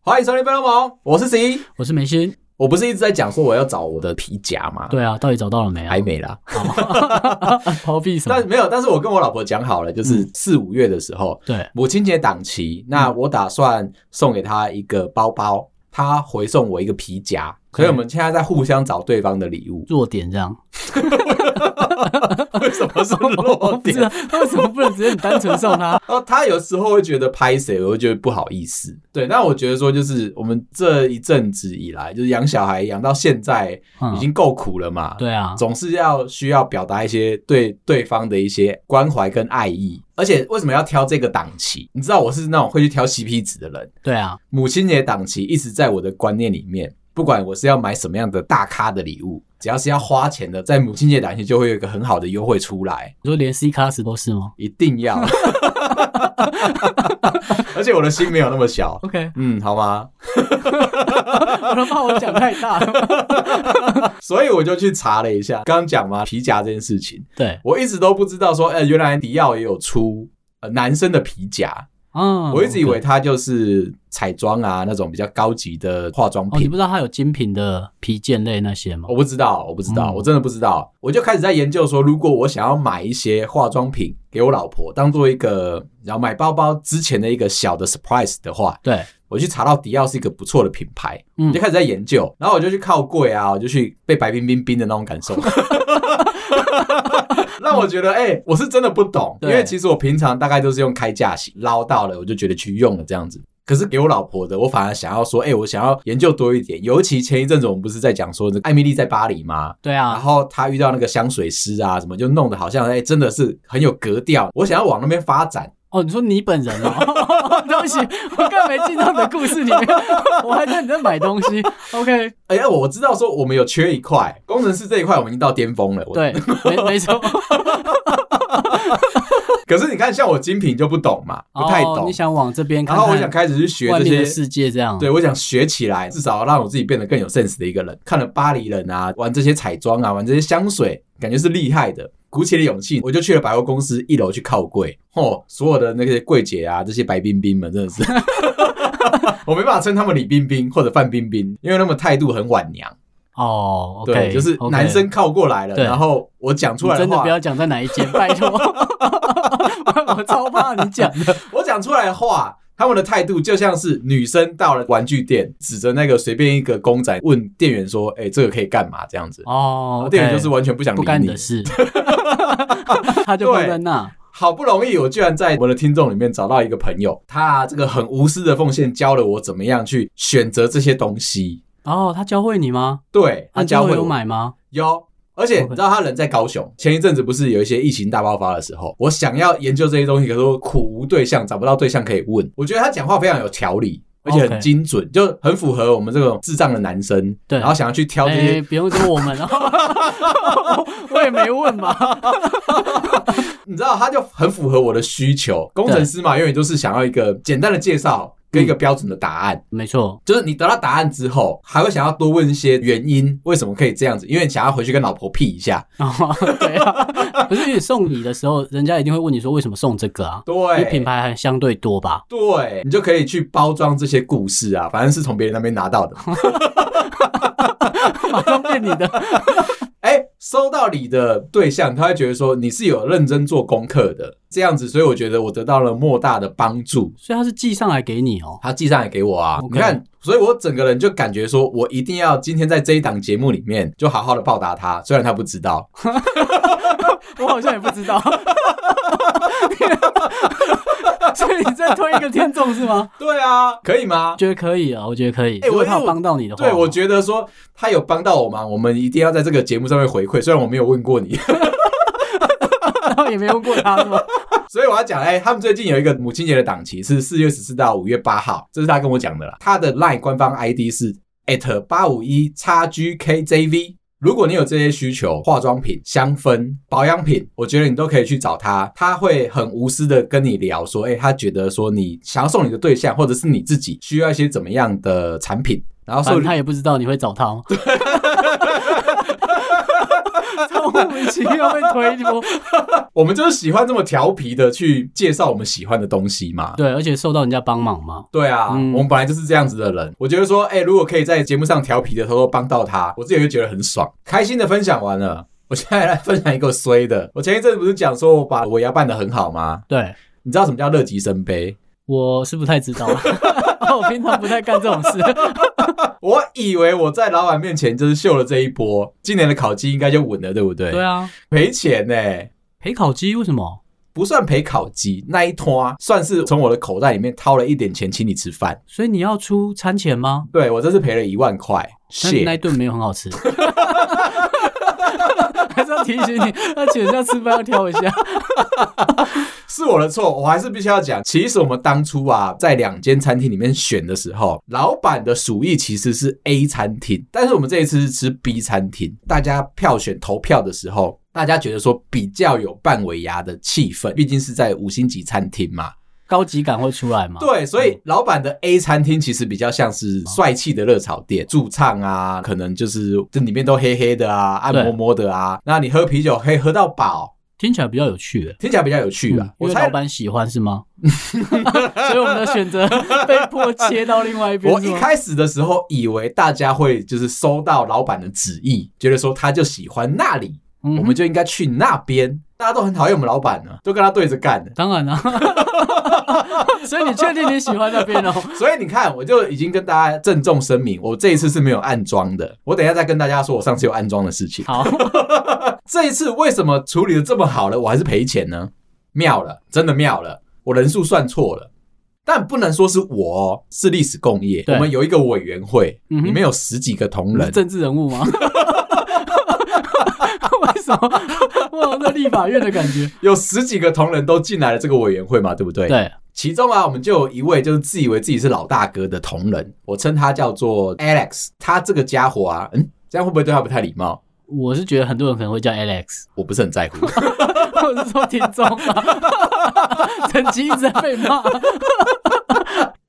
欢迎收听《贝洛蒙》，我是 C，我是梅心。我不是一直在讲说我要找我的皮夹吗？，对啊，到底找到了没啊还？没啦。 逃避什么但？没有，但是我跟我老婆讲好了，嗯就是四五月的时候，对，。母亲节档期，那我打算送给她一个包包，她回送我一个皮夹，所以我们现在在互相找对方的礼物 弱点这样。为什么是 弱 不知道？他为什么不能直接很单纯送他？然后哦她有时候会觉得拍谁，我会觉得不好意思。对，那我觉得说就是我们这一阵子以来，就是养小孩养到现在嗯已经够苦了嘛，对啊，总是要需要表达一些对对方的一些关怀跟爱意。而且为什么要挑这个档期？你知道我是那种会去挑 CP 值的人。对啊，母亲节档期一直在我的观念里面，不管我是要买什么样的大咖的礼物，只要是要花钱的，在母亲节档期就会有一个很好的优惠出来，你说连 C class 都是吗一定要。 而且我的心没有那么小， ？OK，嗯，好吗？我都怕我讲太大了。所以我就去查了一下，刚刚讲嘛，皮夹这件事情， 对，我一直都不知道说，呃，原来迪奥也有出呃男生的皮夹，嗯，我一直以为 OK 它就是彩妆啊那种比较高级的化妆哦，你品不。知道他有精品的皮件类那些吗我？不知道，我不知道，嗯我真的不知道。我就开始在研究说，如果我想要买一些化妆品给我老婆，当做一个然后买包包之前的一个小的 surprise 的话，对，我去查到迪奥是一个不错的品牌，嗯我就开始在研究，然后我就去靠柜啊，我就去被白冰冰冰的那种感 受。让我觉得，哎、我是真的不懂，因对为其实我平常大概都是用开价型捞到了，我就觉得去用了这样子。可是给我老婆的，我反而想要说，哎、我想要研究多一点。尤其前一阵子我们不是在讲说，这个艾米丽在巴黎吗？对然啊，后她遇到那个香水师啊，什么就弄得好像哎、真的是很有格调。我想要往那边发展，哦，你说你本人哦， 对不起，我根本没进到你的故事里面，我还在你在买东西。OK，哎、呀，我知道说我们有缺一块，工程师这一块我们已经到巅峰了。我，对，没 没错，可是你看，像我精品就不懂嘛，不太哦懂。你想往这边看然看，后我想开始去学外这面的些，世界这样。对我想学起来，至少让我自己变得更有 sense 的一个人。看了巴黎人啊，玩这些彩妆啊，玩这些香水，感觉是厉害的。鼓起了勇气，我就去了百货公司一楼去靠柜。哦，所有的那些柜姐啊，这些白冰冰们真的是， 我没办法称他们李冰冰或者范冰冰，因为他们态度很晚娘。哦对，OK，就是男生靠过来了，对然后我讲出来真的话不，要讲在哪一 间，拜托， 我超怕你讲的。我讲出来的话，他们的态度就像是女生到了玩具店，指着那个随便一个公仔问店员说：“哎、这个可以干嘛？”这样子，哦，店员就是完全不想不干理你你 的。事，他就放在那。好不容易，我居然在我的听众里面找到一个朋友，他、啊、这个很无私的奉献，教了我怎么样去选择这些东西。哦，他教会你吗？对他那教会啊有我买吗？有，而且你知道他人在高雄，前一阵子不是有一些疫情大爆发的时候，我想要研究这些东西，可是我苦无对象，找不到对象可以问。我觉得他讲话非常有条理。而且很 OK 精准就很符合我们这种智障的男生，对然后想要去挑这些，哎，不用说我们 哦，我我也没问嘛。你知道，他就很符合我的需求。工程师嘛，永远就是想要一个简单的介绍跟一个标准的答案，没错，就是你得到答案之后，还会想要多问一些原因，为什么可以这样子，因为想要回去跟老婆 P 一下。哦，对啊，可是因为送礼的时候，人家一定会问你说为什么送这个啊？因为对，品牌还相对多吧？对你就可以去包装这些故事啊，反正是从别人那边拿到的。马上变你的，哎、收到你的对象，他会觉得说你是有认真做功课的，这样子，所以我觉得我得到了莫大的帮助。所以他是寄上来给你哦。他寄上来给我啊 OK 你看，所以我整个人就感觉说，我一定要今天在这一档节目里面就好好的报答他，虽然他不知道，我好像也不知道。 所以你在推一个听众是吗？对啊，可以吗 我？觉得可以啊，我觉得可以。哎如我果他有帮到你的话，对，我觉得说他有帮到我忙，我们一定要在这个节目上面回馈。虽然我没有问过你，然后也没问过他是吗？所以 我要讲，哎、他们最近有一个母亲节的档期是四月十四到五月八号，这是他跟我讲的啦。他的 LINE 官方 ID 是 at 八五一 x GKJV。如果你有这些需求，化妆品、香氛、保养品，我觉得你都可以去找他，他会很无私的跟你聊说，哎、他觉得说你想要送你的对象，或者是你自己需要一些怎么样的产品，然后反说正他也不知道你会找他 吗？超莫名其妙被推脱，我们就是喜欢这么调皮的去介绍我们喜欢的东西嘛。对，而且受到人家帮忙嘛。对啊，嗯我们本来就是这样子的人。我觉得说，哎、如果可以在节目上调皮的偷偷帮到他，我自己就觉得很爽。开心的分享完了，我现在来分享一个衰的。我前一阵子不是讲说我把尾牙办得很好吗？对，你知道什么叫乐极生悲？我是不 太知道，我平常不太干这种事。我以为我在老板面前就是秀了这一波，今年的烤鸡应该就稳了，对不对？对啊，赔钱呢、陪烤鸡为什么？不算赔烤鸡那一摊，算是从我的口袋里面掏了一点钱请你吃饭。所以你要出餐钱吗？对我这次赔了一万块，那谢那一顿没有很好吃。 还是要提醒你，要请人家吃饭要挑一下。是我的错，我还是必须要讲。其实我们当初啊，在两间餐厅里面选的时候，老板的鼠疫其实是 A 餐厅，但是我们这一次是吃 B 餐厅。大家票选投票的时候，大家觉得说比较有半尾牙的气氛，毕竟是在五星级餐厅嘛。高级感会出来吗？对，所以老板的 A 餐厅其实比较像嗯是帅气的热炒店，驻唱啊，可能就是这里面都黑黑的啊，按摩摸的啊。那你喝啤酒可以喝到饱，听起来比较有趣耶。听起来比较有趣啊。嗯因我为猜老板喜欢是吗？ 所以我们的选择被迫切到另外一边。我是一吗开始的时候以为大家会就是收到老板的旨意，觉得说他就喜欢那里，嗯哼我们就应该去那边。大家都很讨厌我们老板呢，都跟他对着干的。当然啦、 所以你确定你喜欢那边哦？所以你看，我就已经跟大家郑重声明，我这一次是没有暗装的。我等一下再跟大家说我上次有暗装的事情。好，这一次为什么处理的这么好了，我还是赔钱呢？妙了，真的妙了，我人数算错了。但不能说是我哦，是历史共业。对我们有一个委员会，嗯哼里面有十几个同你仁是，政治人物吗？ 为什么？我好像在立法院的感觉。有十几个同仁都进来了这个委员会嘛，对不对？。对，其中啊，我们就有一位就是自以为自己是老大哥的同仁，我称他叫做 Alex。他这个家伙啊，嗯，这样会不会对他不太礼貌？我是觉得很多人可能会叫 Alex，我不是很在乎。 或者是说听众啊，整集一直在被骂。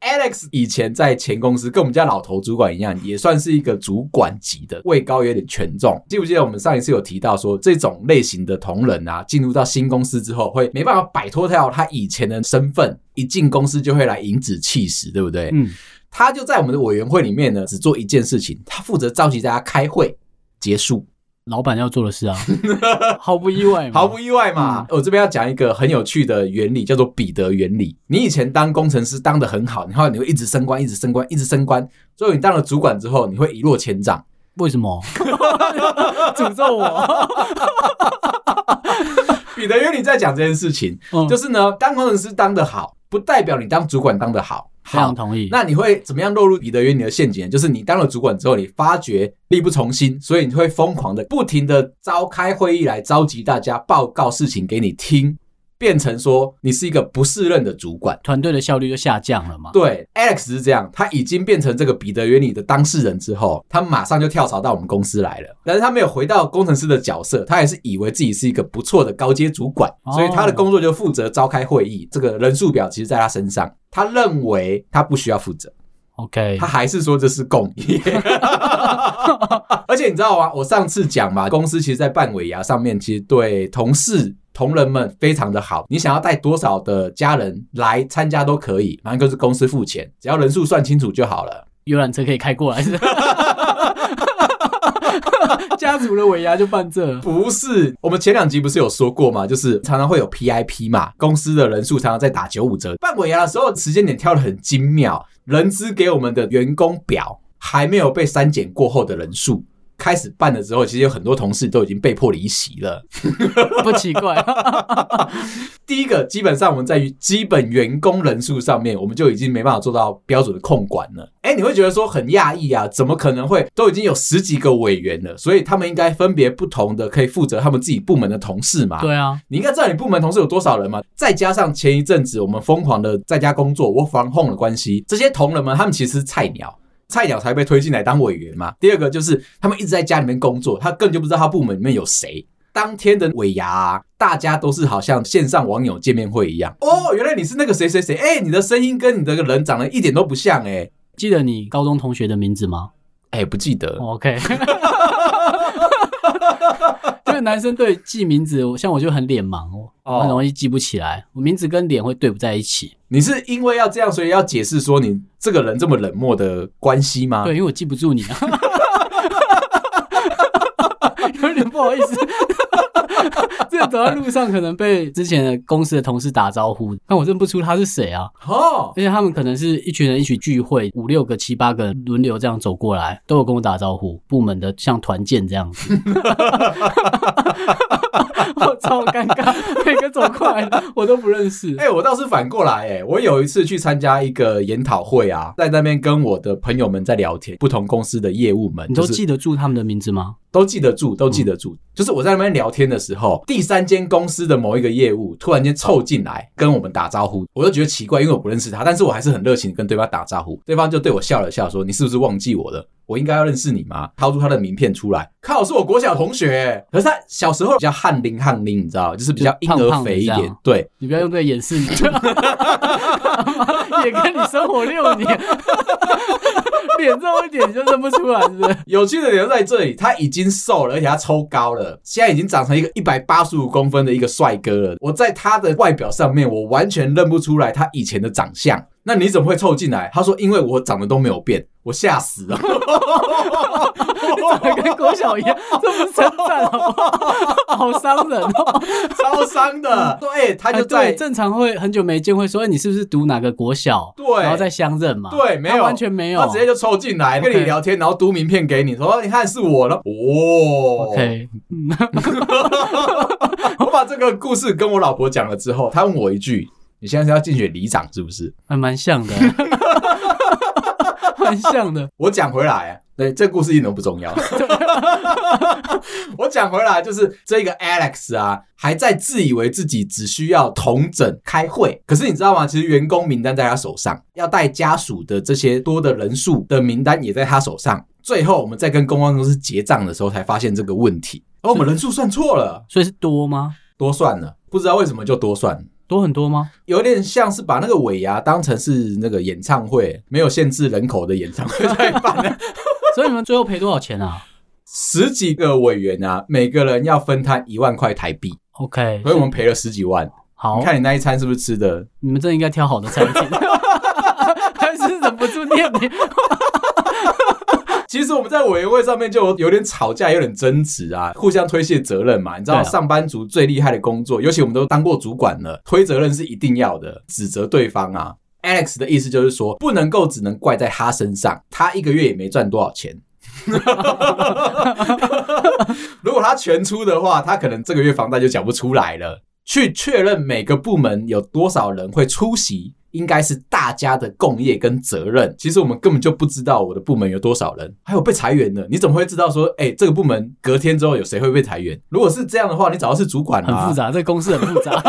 Alex 以前在前公司跟我们家老头主管一样，也算是一个主管级的，位高有点权重。记不记得我们上一次有提到说，这种类型的同仁啊，进入到新公司之后，会没办法摆脱掉他以前的身份，一进公司就会来颐指气使，对不对？嗯，他就在我们的委员会里面呢，只做一件事情，他负责召集大家开会。结束，老板要做的 事啊，毫不意外嘛，毫不意外嘛。嗯呃我这边要讲一个很有趣的原理，叫做彼得原理。你以前当工程师当的很好，然后你会一直升官，一直升官，一直升官。最后你当了主管之后，你会一落千丈。为什么？ 诅咒我？彼得原理在讲这件事情，嗯就是呢，当工程师当的好，不代表你当主管当的好。非常好，同意。那你会怎么样落入彼得原理的陷阱呢？就是你当了主管之后，你发觉力不从心，所以你会疯狂的、不停的召开会议来召集大家报告事情给你听，变成说你是一个不适任的主管。团队的效率就下降了嘛？对，Alex 是这样，他已经变成这个彼得原理的当事人之后，他马上就跳槽到我们公司来了。但是他没有回到工程师的角色，他还是以为自己是一个不错的高阶主管，哦所以他的工作就负责召开会议。这个人数表其实在他身上，他认为他不需要负责， ，OK，他还是说这是共业。而且你知道吗？我上次讲嘛，公司其实，在办尾牙上面，其实对同事。同仁们非常的好，你想要带多少的家人来参加都可以，反正就是公司付钱，只要人数算清楚就好了。游览车可以开 过来是吧家族的尾牙就办这，不是，我们前两集不是有说过嘛，就是常常会有 PIP 嘛，公司的人数常常在打九五折。办尾牙的时候，时间点挑的很精妙，人资给我们的员工表还没有被删减过后的人数。开始办了之后，其实有很多同事都已经被迫离席了。 不奇 怪。第一个，基本上我们在于基本员工人数上面，我们就已经没办法做到标准的控管了。哎、你会觉得说很讶异啊，怎么可能会都已经有十几个委员了？所以他们应该分别不同的可以负责他们自己部门的同事嘛？对啊，你应该知道你部门同事有多少人嘛？再加上前一阵子我们疯狂的在家工作，我防控的关系，这些同仁们他们其实是菜鸟，菜鸟才被推进来当委员嘛。第二个就是他们一直在家里面工作，他根本就不知道他部门里面有谁。当天的尾牙、啊，大家都是好像线上网友见面会一样。哦，原来你是那个谁谁谁，哎、你的声音跟你的人长得一点都不像、哎，记得你高中同学的名字吗哦哎、不记得， ？OK，就是男生对记名字，像我就很脸盲哦，哦我很容易记不起来，我名字跟脸会对不在一起。你是因为要这样，所以要解释说你这个人这么冷漠的关系吗？对，因为我记不住你啊， 有点不好意思。这个走在路上可能被之前的公司的同事打招呼，但我认不出他是谁啊。哦而，且他们可能是一群人一起聚会，五六个、七八个人轮流这样走过来，都有跟我打招呼，部门的像团建这样子。 我超尴尬，每个走过来的我都不认识哎、。我倒是反过来、哎，我有一次去参加一个研讨会啊，在那边跟我的朋友们在聊天，不同公司的业务们，你都就是记得嗯住他们的名字吗？都记得住，都记得住。就是我在那边聊天的时候，第三间公司的某一个业务突然间凑进来跟我们打招呼，我就觉得奇怪，因为我不认识他，但是我还是很热情地跟对方打招呼。对方就对我笑了笑，说：“你是不是忘记我了？我应该要认识你吗？”掏出他的名片出来，靠，是我国小同学、可是他小时候比较汗淋汗淋，你知道，就是比较婴就胖儿胖的肥一这点样，对，你不要用这个掩饰你， 也跟你生活六年， 脸皱一点你就认不出来，是不是？有趣的点就在这里，他已经瘦了，而且他抽高了，现在已经长成一个一百八十五公分的一个帅哥了。我在他的外表上面，我完全认不出来他以前的长相。那你怎么会凑进来？他说：“因为我长得都没有变。”我吓死 了，长得跟国小一样，这不是称赞好不好？好伤人哦！超伤的。对，他哎就在对正常会很久没见会说，哎、你是不是读哪个国小？对然后再相认嘛。对没有他完全没有，哦他直接就凑进来跟你 OK 聊天，然后读名片给你，说：“你看是我了。” 哦 OK，嗯， 我把这个故事跟我老婆讲了之后，她问我一句：“你现在是要竞选里长是不是？”还蛮像的， 蛮像的。我讲回来，对，这故事一点都不重要。我讲回来，就是这个 Alex 啊，还在自以为自己只需要同整开会，可是你知道吗？其实员工名单在他手上，要带家属的这些多的人数的名单也在他手上。最后我们在跟公关公司结账的时候，才发现这个问题，而、我们人数算错了，所以是多吗？多算了，不知道为什么就多算了。多很多吗？有点像是把那个尾牙当成是那个演唱会，没有限制人口的演唱会在办，所以你们最后赔多少钱啊十几个委员啊，每个人要分摊一万块台币， ？OK，所以我们赔了十几万。好你，看你那一餐是不是吃的？你们真的应该挑好的餐厅。还是忍不住念你，其实我们在委员会上面就有有点吵架，有点争执啊，互相推卸责任嘛。你知道对啊上班族最厉害的工作，尤其我们都当过主管了，推责任是一定要的，指责对方啊。Alex 的意思就是说，不能够只能怪在他身上，他一个月也没赚多少钱。如果他全出的话，他可能这个月房贷就缴不出来了。去确认每个部门有多少人会出席，应该是大家的共业跟责任。其实我们根本就不知道我的部门有多少人，还有被裁员的，你怎么会知道说，哎、这个部门隔天之后有谁会被裁员？如果是这样的话，你早就是主管了、很复。杂，这个公式很复 杂，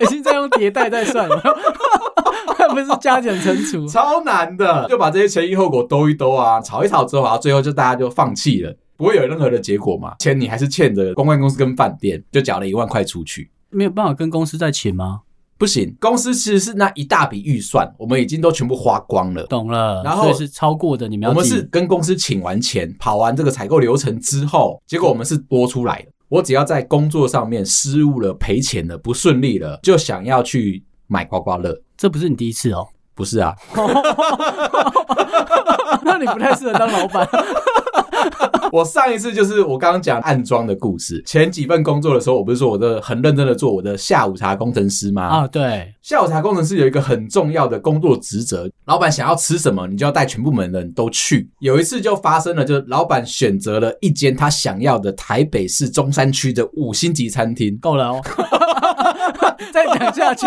已经在用迭代在算了，还不是加减乘除。超难的，就把这些前因后果兜一兜啊，吵一吵之后啊，最后就大家就放弃了，不会有任何的结果嘛。钱你还是欠着公关公司跟饭店，就缴了一万块出去。没有办法跟公司再请吗？不行，公司其实是那一大笔预算，我们已经都全部花光了。懂了，然后所以是超过的，你们我要们记是跟公司请完钱，跑完这个采购流程之后，结果我们是多出来的。我只要在工作上面失误了、赔钱了、不顺利了，就想要去买刮刮乐。这不是你第一次哦，不是啊， 那你不太适合当老板。我上一次就是我刚刚讲暗装的故事。前几份工作的时候，我不是说我的很认真的做我的下午茶工程师吗？ 啊，对，下午茶工程师有一个很重要的工作职责，老板想要吃什么，你就要带全部门的人都去。有一次就发生了，就是老板选择了一间他想要的台北市中山区的五星级餐厅，够了哦， 再讲下去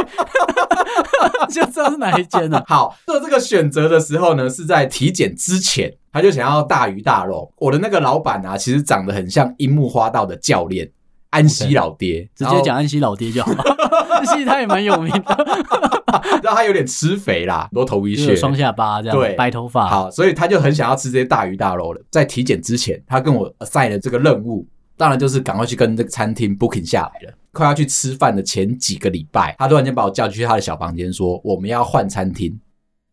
就知道是哪一间了。好，做这个选择的时候呢，是在体检之前，他就想要大鱼大肉。我的那个老板啊，其实长得很像樱木花道的教练安西老爹，直接讲安西老爹 就好了，其实他也蛮有名的，然后，然后他有点吃肥啦，多头就淤是血。双下巴这样，对白头发，好，所以他就很想要吃这些大鱼大肉了。在体检之前，他跟我 assign 了这个任务，当然就是赶快去跟这个餐厅 booking 下来了。快要去吃饭的前几个礼拜，他突然间把我叫去他的小房间，说我们要换餐厅，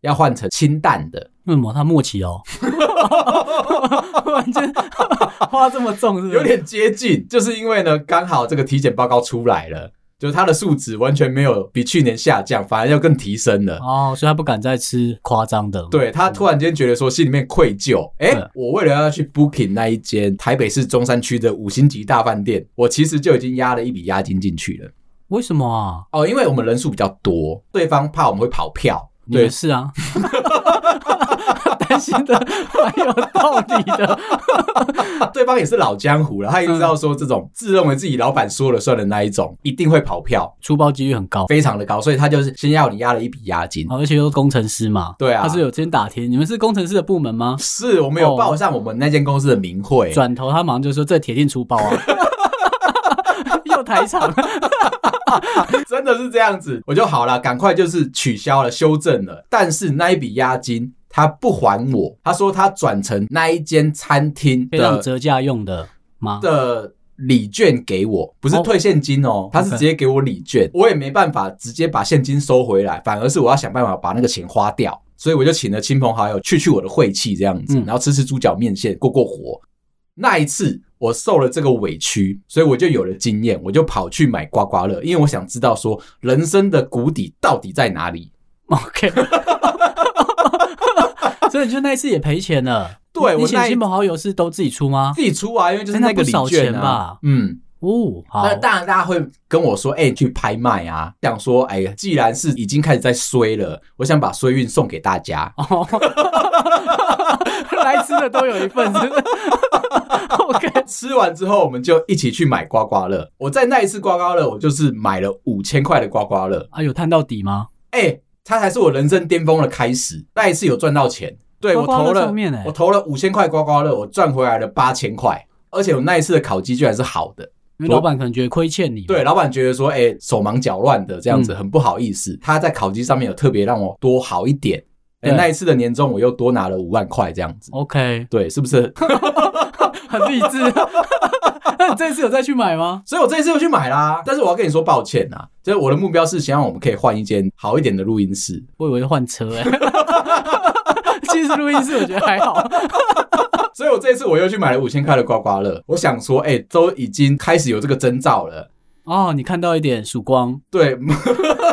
要换成清淡的。为什么他默契哦？ 忽然间 花这么重是不是？有点接近，就是因为呢，刚好这个体检报告出来了，就是他的数值完全没有比去年下降，反而要更提升了。哦，所以他不敢再吃夸张的。，对他突然间觉得说心里面愧疚，哎、对我为了要去 Booking 那一间台北市中山区的五星级大饭店，我其实就已经压了一笔押金进去了。为什么啊？哦，因为我们人数比较多，对方怕我们会跑票，你对也，是啊， 担心的蛮有道理的。啊对方也是老江湖了，他也知道说这种自认为自己老板说了算的那一种，一定会跑票，出包几率很高，非常的高，所以他就是先要你押了一笔押金。哦而且又是工程师嘛，对啊他是有先打听，你们是工程师的部门吗？是我们有报上我们那间公司的名讳，转头他马上就说：“这铁定出包啊！” 又台场， 真的是这样子，我就好了，赶快就是取消了，修正了。但是那一笔押金他不还我，他说他转成那一间餐厅可以让的折价用的吗？的礼券给我，不是哦退现金哦，他是 OK 直接给我礼券，我也没办法直接把现金收回来，反而是我要想办法把那个钱花掉。所以我就请了亲朋好友去去我的晦气这样子，嗯然后吃吃猪脚面线过过火。那一次我受了这个委屈，所以我就有了经验，我就跑去买刮刮乐，因为我想知道说人生的谷底到底在哪里。 OK，所以就那一次也赔钱了。对你我请那一亲朋好友是都自己出吗？自己出啊，因为就是哎那个不礼少券钱啊吧，嗯，哦，好 那，当然，大家会跟我说：“哎、你去拍卖啊！”想说：“哎、呀，既然是已经开始在衰了，我想把衰运送给大家。哦，来吃的都有一份，是不是 ？OK， 吃完之后，我们就一起去买刮刮乐。我在那一次刮刮乐，我就是买了五千块的刮刮乐。啊，有探到底吗？哎、它才是我人生巅峰的开始。那一次有赚到钱，对刮刮乐我投了上面欸我投了五千块刮刮乐，我赚回来了八千块。而且我那一次的烤鸡居然是好的，因为老板可能觉得亏欠你，对，，老板觉得说，哎、手忙脚乱的这样子很不好意思。他在烤鸡上面有特别让我多好一点，哎、对哦那一次的年终我又多拿了五万块这样子。 OK，对，是不是？ 很励志。 那你这次有再去买吗？所以我这一次又去买啦。但是我要跟你说抱歉啊，就是我的目标是想让我们可以换一间好一点的录音室。我以为换车哎、 其实录音室我觉得还好，所以我这一次我又去买了五千块的刮刮乐。我想说，哎、都已经开始有这个征兆了。哦，你看到一点曙光，对，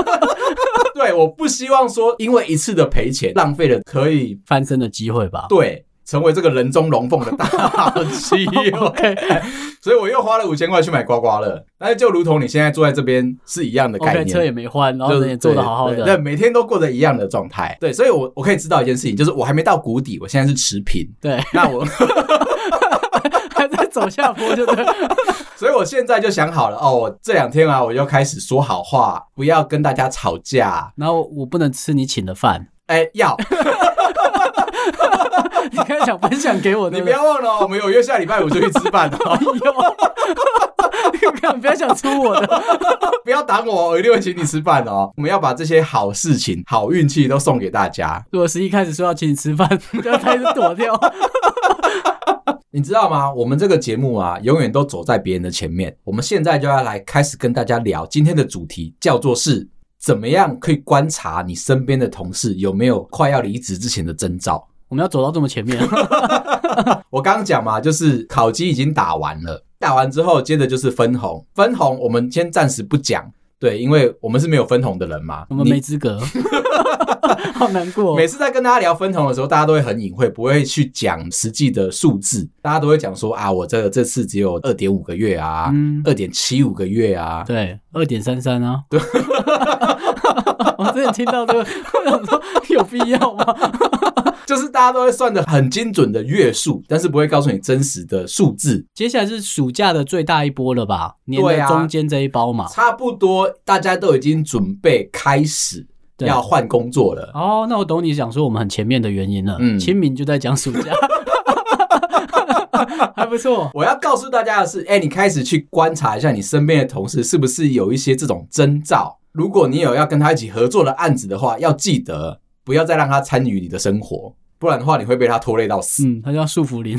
对，我不希望说因为一次的赔钱浪费了可以翻身的机会吧。对，成为这个人中龙凤的大好机 哦 OK 会。所以我又花了五千块去买刮刮乐，但是就如同你现在坐在这边是一样的概哦 OK，念。车也没换，然后就是人也做的好好对，对的，每天都过着一样的状态。对，所以我我可以知道一件事情，就是我还没到谷底，我现在是持平。 对， 那我，还在走下坡，就对。所以我现在就想好了，哦，我这两天啊，我就开始说好话，不要跟大家吵架。然后我不能吃你请的饭， 哎，要你刚才想分享给我的，你 不要忘了哦，我们有约下礼拜五就去吃饭哦， 有，你看不要想出我的。不要挡我哦，我一定会请你吃饭哦。我们要把这些好事情、好运气都送给大家。如果十一开始说要请你吃饭， 就要开始躲掉。你知道吗？我们这个节目啊，永远都走在别人的前面。我们现在就要来开始跟大家聊今天的主题，叫做是怎么样可以观察你身边的同事有没有快要离职之前的征兆。我们要走到这么 前面，我刚刚讲嘛，就是烤鸡已经打完了，打完之后接着就是分红，分红我们先暂时不讲，对，因为我们是没有分红的人嘛。我们你没资 格，好难过。每次在跟大家聊分红的时候，大家都会很隐晦，不会去讲实际的数字，大家都会讲说啊，我这这次只有二点五个月啊，嗯二点七五个月啊，对，二点三三啊。对， 我之前听到这个， 我想说有必要吗？就是大家都会算的很精准的月数，但是不会告诉你真实的数字。接下来是暑假的最大一波了吧？年对的啊中间这一包嘛。差不多大家都已经准备开始对要换工作了。哦，那我懂你想说我们很前面的原因了。嗯清明就在讲暑假， 还不错。我要告诉大家的是，哎、你开始去观察一下你身边的同事是不是有一些这种征兆。如果你有要跟他一起合作的案子的话，要记得不要再让他参与你的生活。不然的话你会被他拖累到死。嗯，他叫束缚林，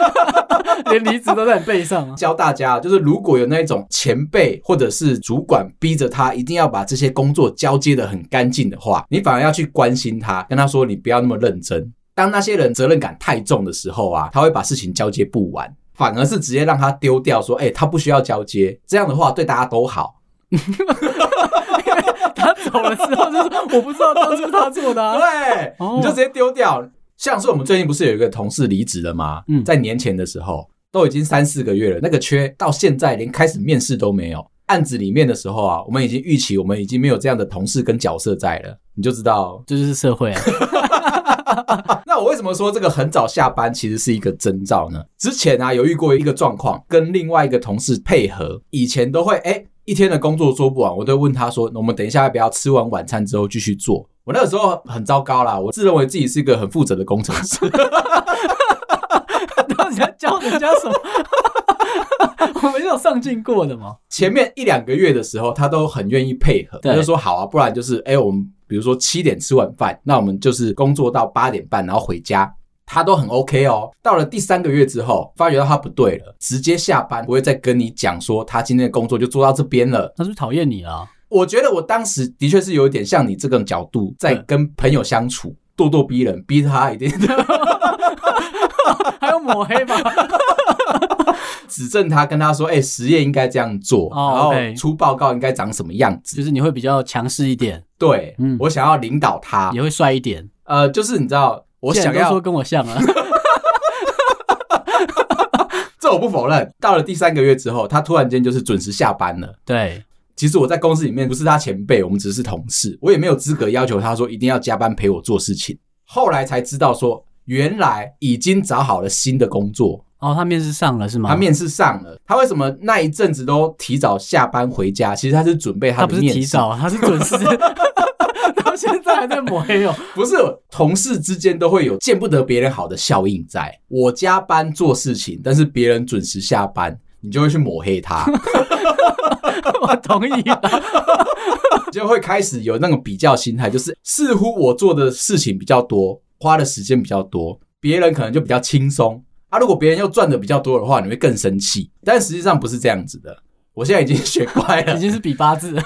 连离子都在你背上啊。教大家，就是如果有那种前辈或者是主管逼着他一定要把这些工作交接的很干净的话，你反而要去关心他，跟他说你不要那么认真。当那些人责任感太重的时候啊，他会把事情交接不完，反而是直接让他丢掉，说，哎、他不需要交接。这样的话对大家都好。他走了之后就说：“我不知道当初他做的、啊。 对，哦你就直接丢掉。像是我们最近不是有一个同事离职了吗？嗯在年前的时候都已经三四个月了，那个缺到现在连开始面试都没有。案子里面的时候啊，我们已经预期我们已经没有这样的同事跟角色在了，你就知道”。这就是社会啊， 那我为什么说这个很早下班其实是一个征兆呢？之前啊有遇过一个状况，跟另外一个同事配合，以前都会哎、一天的工作做不完，我都会问他说，我们等一下要不要吃完晚餐之后继续做？我那个时候很糟糕啦，我自认为自己是一个很负责的工程师，到底在教人家什么？ 我们有上进过的吗？前面一两个月的时候，他都很愿意配合，对他就说好啊，不然就是哎、我们比如说七点吃晚饭，那我们就是工作到八点半，然后回家。他都很 OK 哦。到了第三个月之后，发觉到他不对了，直接下班不会再跟你讲说他今天的工作就做到这边了。他是不是讨厌你啊啦、我觉得我当时的确是有一点像你这个角度在对跟朋友相处，咄咄逼人，逼他一定还有抹黑吧？指正他，跟他说， 哎、实验应该这样做，哦然 OK 后出报告应该长什么样子。 就是你会比较强势一点，对、嗯我想要领导他，也会帅一点。呃，就是你知道，我既然想都要说，跟我像啊，这我不否认。到了第三个月之后，他突然间就是准时下班了。 对，其实我在公司里面不是他前辈，我们只是同事，我也没有资格要求他说一定要加班陪我做事情。后来才知道说，原来已经找好了新的工作，哦，他面试上了是吗？他面试上了。他为什么那一阵子都提早下班回家？其实他是准备他他不的是面提试，早，他是准 时，到现在还在抹黑哦。 不是同事之间都会有见不得别人好的效应在。我加班做事情，但是别人准时下班，你就会去抹黑他。我同意啊，就会开始有那种比较心态，就是似乎我做的事情比较多，花的时间比较多，别人可能就比较轻松。啊，如果别人又赚的比较多的话，你会更生气。但实际上不是这样子的。我现在已经 学乖已了。经是比八字了，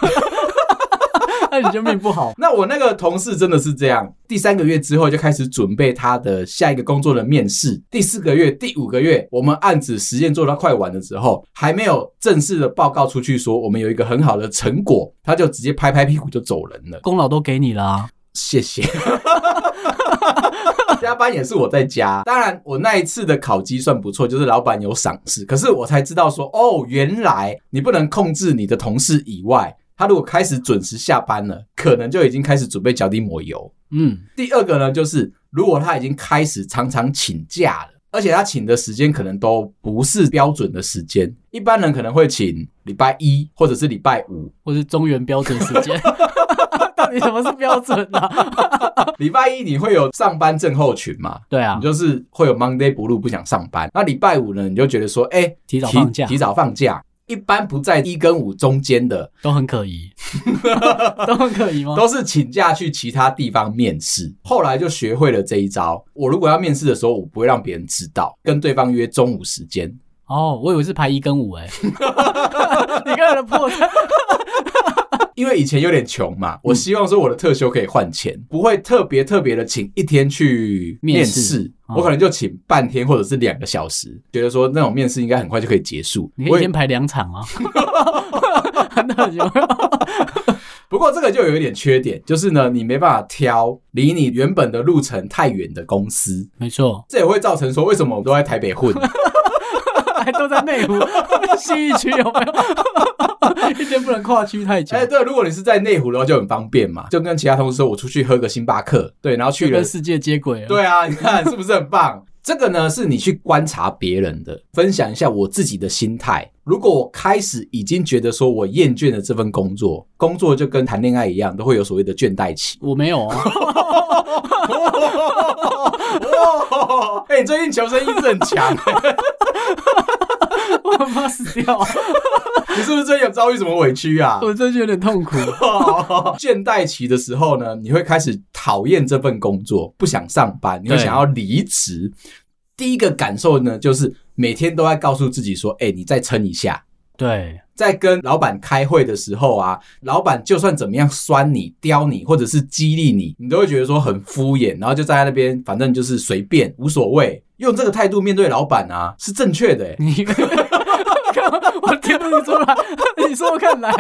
那你就命不好。那我那个同事真的是这样，第三个月之后就开始准备他的下一个工作的面试，第四个月、第五个月，我们案子实验做到快完的时候，还没有正式的报告出去说我们有一个很好的成果，他就直接拍拍屁股就走人了。功劳都给你啊啦、谢谢。 加班也是我在加，当然我那一次的烤鸡算不错，就是老板有赏识。可是我才知道说，哦，原来你不能控制你的同事以外，他如果开始准时下班了，可能就已经开始准备脚底抹油。嗯，第二个呢，就是如果他已经开始常常请假了，而且他请的时间可能都不是标准的时间，一般人可能会请礼拜一或者是礼拜五，或是中原标准时间， 到底什么是标准啊？礼拜一你会有上班症候群嘛？对啊你，就是会有 Monday 不录，不想上班。那礼拜五呢，你就觉得说，哎、提早放假提早放假。一般不在一跟五中间的，都很可 疑，都很可疑吗？都是请假去其他地方面试。后来就学会了这一招。我如果要面试的时候，我不会让别人知道，跟对方约中午时间。 哦，我以为是排一跟五哎、 你看人的破绽，因为以前有点穷嘛，嗯我希望说我的特休可以换钱，不会特别特别的请一天去面面试哦我可能就请半天或者是两个小时，觉得说那种面试应该很快就可以结束。你可我以也先排两场 啊，那有没有不过这个就有一点缺点，就是呢，你没办法挑离你原本的路程太远的公司，没错，这也会造成说为什么我都在台北混， 还都在内湖 西一区有没有？ 一天不能跨区太久哎、，对，如果你是在内湖的话就很方便嘛，就跟其他同事说我出去喝个星巴克，对，然后就去了跟，世界接轨了。对啊，你看是不是很棒？ 这个呢是你去观察别人的，分享一下我自己的心态。如果我开始已经觉得说我厌倦了这份工作，工作就跟谈恋爱一样，都会有所谓的倦怠期。我没有、 哦， 哦，哎、你最近求生意志很强、我妈死掉！啊 你是不是最近有遭遇什么委屈啊？ 我最近有点痛苦。倦怠期的时候呢，你会开始讨厌这份工作，不想上班，你会对想要离职。第一个感受呢，就是每天都在告诉自己说：“哎、你再撑一下。” 对，在跟老板开会的时候啊，老板就算怎么样酸你、刁你，或者是激励你，你都会觉得说很敷衍，然后就站在那边，反正就是随便，无所谓。用这个态度面对老板啊，是正确的、欸。 你我听不出来，你说看来，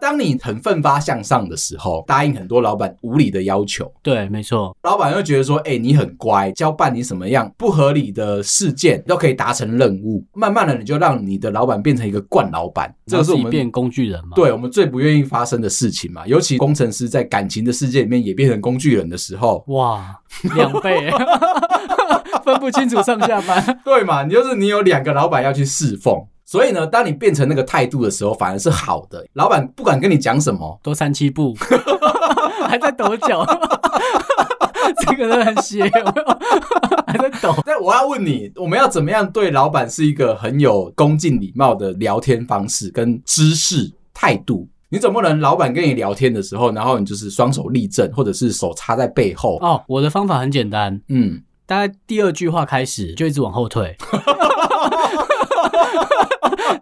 当你很奋发向上的时候，答应很多老板无理的要求，对，没错，老板又觉得说，哎、你很乖，交办你什么样不合理的事件都可以达成任务。慢慢的，你就让你的老板变成一个惯老板，这个是我让自己们变工具人嘛？，对我们最不愿意发生的事情嘛，尤其工程师在感情的世界里面也变成工具人的时候，哇，两 倍，分不清楚上下 班。对嘛？你就是你有两个老板要去侍奉，所以呢，当你变成那个态度的时候，反而是好的。老板不管跟你讲什么，多三七步， 还在抖 脚，这个人很邪，有没有 还在抖。 但我要问你，我们要怎么样对老板是一个很有恭敬礼貌的聊天方式跟知识态度？你总不能老板跟你聊天的时候，然后你就是双手立正，或者是手插在背后，哦，我的方法很简单，嗯，大概第二句话开始就一直往后退，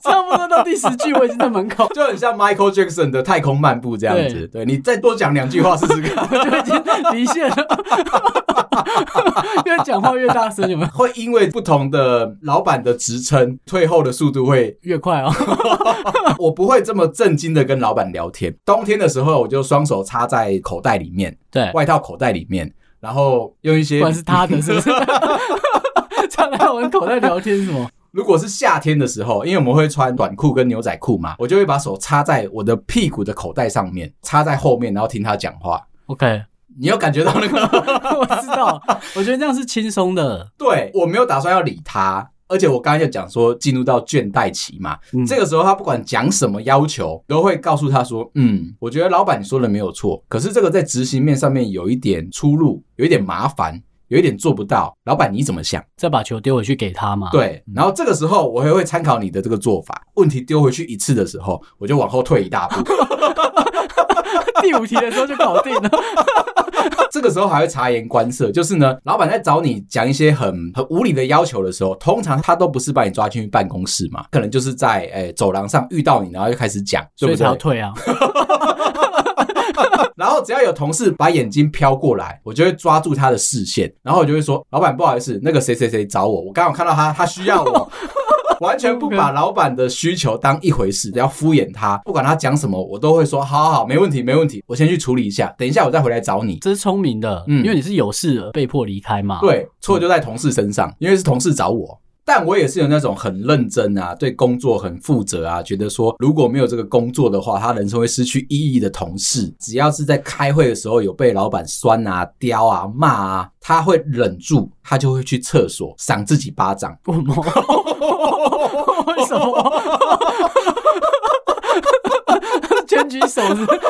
差不多到第十句我已经在门口，就很像 Michael Jackson 的太空漫步这样子。对你再多讲两句话试试 看。我就已经离线了，越讲话越大声，有没有？会因为不同的老板的职称，退后的速度会。 越快哦，我不会这么震惊的跟老板聊天。冬天的时候，我就双手插在口袋里面，对，不外套口袋里面，然后用一些。管是他的，是不是？插在我的口袋聊天是什么？如果是夏天的时候，因为我们会穿短裤跟牛仔裤嘛，我就会把手插在我的屁股的口袋上面，插在后面，然后听他讲话。 OK，你有感觉到那个？我知道，我觉得这样是轻松的。对我没有打算要理他，而且我刚才就讲说进入到倦怠期嘛，嗯这个时候他不管讲什么要求，都会告诉他说，嗯，我觉得老板你说的没有错，可是这个在执行面上面有一点出入，有一点麻烦。有一点做不到，老板你怎么想？再把球丢回去给他嘛。，对，然后这个时候我还会参考你的这个做法。问题丢回去一次的时候，我就往后退一大步。第五题的时候就搞定了。这个时候还会察言观色，就是呢，老板在找你讲一些很很无理的要求的时候，通常他都不是把你抓进去办公室嘛，可能就是在诶、走廊上遇到你，然后就开始讲， 对所不以才对要？退啊！然后只要有同事把眼睛飘过来，我就会抓住他的视线，然后我就会说：“老板，不好意思，那个谁谁谁找我，我刚好看到他，他需要 我。”完全不把老板的需求当一回事，只要敷衍他，不管他讲什么，我都会说：“好好好，没问题，没问题，我先去处理一下，等一下我再回来找你。”这是聪明的，嗯因为你是有事而被迫离开嘛。，对，错就在同事身上，因为是同事找我。但我也是有那种很认真啊，对工作很负责啊，觉得说如果没有这个工作的话，他人生会失去意义的同事，只要是在开会的时候有被老板酸啊、刁啊、骂啊，他会忍住，他就会去厕所赏自己巴掌。不摸。为什么？ 拳击手是不是？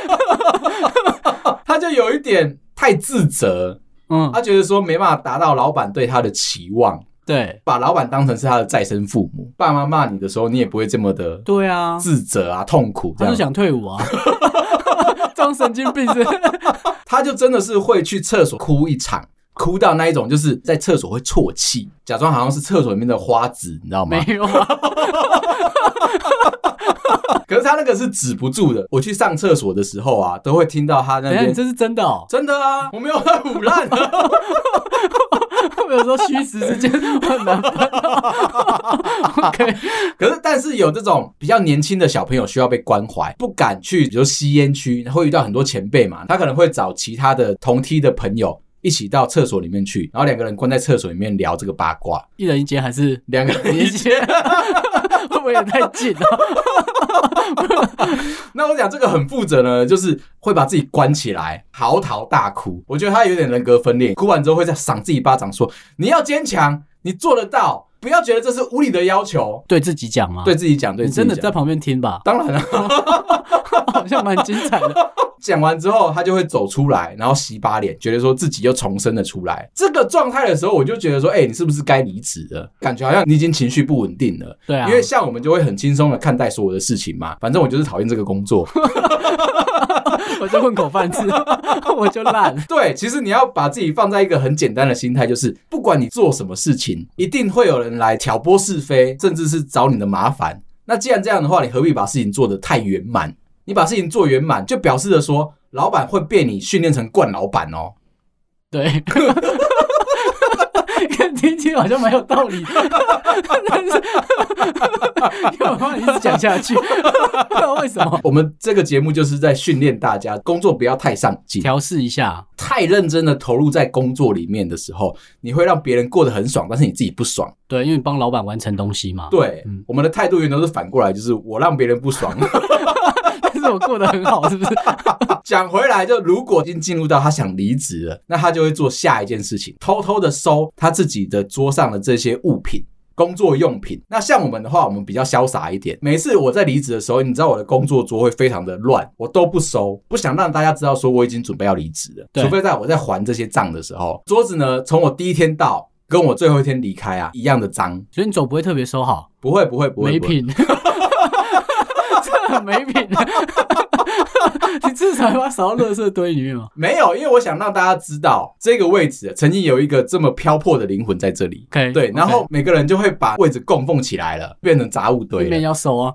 他就有一点太自责，嗯，他觉得说没办法达到老板对他的期望，对，把老板当成是他的再生父母。爸妈骂你的时候，你也不会这么的对啊，自责啊、痛苦这他样就。想退伍啊， 装神经病是不是？他就真的是会去厕所哭一场，哭到那一种就是在厕所会啜泣，假装好像是厕所里面的花子，你知道吗没？有啊，可是他那个是止不住的。我去上厕所的时候啊，都会听到他那等一下你边这是真的哦。真的啊，我没有在胡乱啊。我有时候虚实之间我很难分 哦。OK，可是但是有这种比较年轻的小朋友需要被关怀，不敢去，比如吸烟区会遇到很多前辈嘛，他可能会找其他的同梯的朋友。一起到厕所里面去，然后两个人关在厕所里面聊这个八卦，一人一间还是两个人你一间？ 会不会也太近啊了？那我讲这个很负责呢，就是会把自己关起来，嚎啕大哭。我觉得他有点人格分裂，哭完之后会再赏自己一巴掌，说：“你要坚强，你做得到，不要觉得这是无理的要求，对自己讲吗？对，自己讲，对啊你自己真的讲，在旁边听吧当然了，好像蛮精彩的。 讲完之后他就会走出来，然后洗把脸，觉得说自己又重生了出来。这个状态的时候，我就觉得说，哎、你是不是该离职了？感觉好像你已经情绪不稳定了。对啊，因为像我们就会很轻松的看待所有的事情嘛，反正我就是讨厌这个工作。我就混口饭吃，我就烂。对，其实你要把自己放在一个很简单的心态，就是不管你做什么事情，一定会有人来挑拨是非，甚至是找你的麻烦。那既然这样的话，你何必把事情做得太圆满？你把事情做圆满，就表示着说，老板会被你训练成惯老板哦。对， 看听起来好像蛮有道理，但是要不然一直讲下去， 不知道为什么？我们这个节目就是在训练大家，工作不要太上进，调试一下，太认真的投入在工作里面的时候，你会让别人过得很爽，但是你自己不爽。对，因为你帮老板完成东西嘛。对，嗯我们的态度原来都是反过来，就是我让别人不爽。但是我过得很好，是不是？讲回来，就如果已经进入到他想离职了，那他就会做下一件事情，偷偷的收他自己的桌上的这些物品。工作用品，那像我们的话，我们比较潇洒一点。每次我在离职的时候，你知道我的工作桌会非常的乱，我都不收，不想让大家知道说我已经准备要离职了。对除非在我在还这些账的时候，桌子呢从我第一天到跟我最后一天离开啊一样的脏，所以你总不会特别收好，不会不会不会没不会，品， 这很没品。 你至少要把它扫到垃圾堆里面嘛？没有，因为我想让大家知道这个位置曾经有一个这么漂泊的灵魂在这里。 OK，对，然后每个人就会把位置供奉起来了，变成杂物堆对面了。要收啊，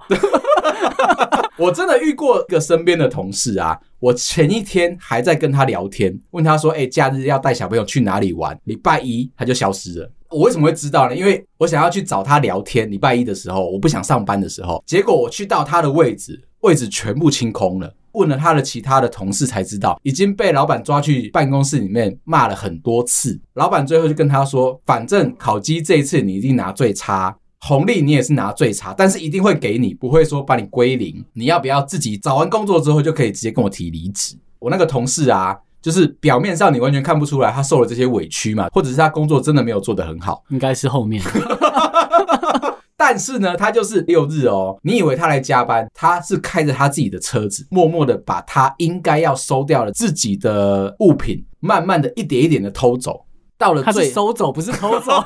我真的遇过一个身边的同事啊，我前一天还在跟他聊天，问他说：“哎、假日要带小朋友去哪里玩？”礼拜一他就消失了。我为什么会知道呢？因为我想要去找他聊天。礼拜一的时候，我不想上班的时候，结果我去到他的位置，位置全部清空了。问了他的其他的同事才知道，已经被老板抓去办公室里面骂了很多次。老板最后就跟他说：“反正烤鸡这一次你一定拿最差，红利你也是拿最差，但是一定会给你，不会说把你归零。你要不要自己找完工作之后就可以直接跟我提离职？我那个同事啊，就是表面上你完全看不出来他受了这些委屈嘛，或者是他工作真的没有做得很好，应该是后面。但是呢，他就是六日哦，你以为他来加班，他是开着他自己的车子，默默的把他应该要收掉的自己的物品，慢慢的一点一点的偷走。到了他最是收走，不是偷走。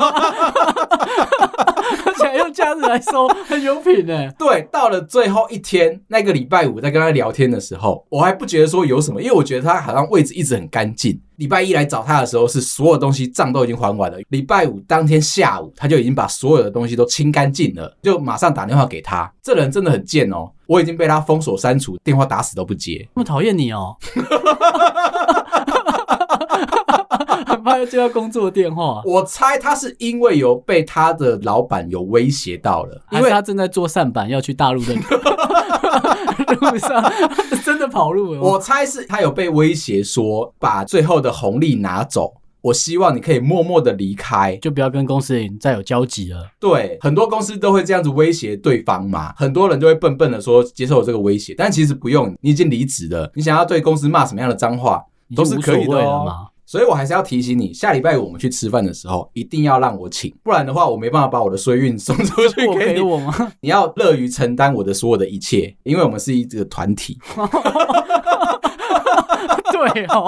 而且还用假日来收，很有品欸呢。对，到了最后一天，那个礼拜五在跟他聊天的时候，我还不觉得说有什么，因为我觉得他好像位置一直很干净。礼拜一来找他的时候，是所有东西账都已经还完了。礼拜五当天下午，他就已经把所有的东西都清干净了，就马上打电话给他。这人真的很贱哦，我已经被他封锁删除，电话打死都不接。那么讨厌你哦， 很怕又接到工作电话，我猜他是因为有被他的老板有威胁到了，还因是为他正在做扇板要去大陆的路上，真的跑路了。我猜是他有被威胁说把最后的红利拿走，我希望你可以默默的离开。就不要跟公司人再有交集了。对，很多公司都会这样子威胁对方嘛，很多人就会笨笨的说接受这个威胁，但其实不用，你已经离职了，你想要对公司骂什么样的脏话已经都是可以无的所谓了哦。嘛？所以我还是要提醒你，下礼拜五我们去吃饭的时候，一定要让我请，不然的话我没办法把我的衰运送出去我给给你。我吗？ 你要乐于承担我的所有的一切，因为我们是一个团体，对哦，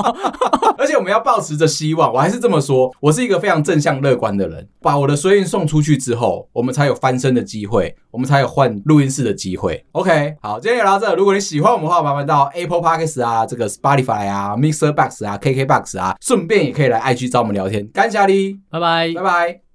而且我们要保持着希望。我还是这么说，我是一个非常正向乐观的人。把我的衰运送出去之后，我们才有翻身的机会，我们才有换录音室的机会。OK，好，今天就聊到这。如果你喜欢我们的话，麻烦到 Apple Podcast 啊、这个 Spotify 啊、Mixer Box 啊、KK Box 啊，顺便也可以来 IG 找我们聊天。感谢你，拜拜拜。拜。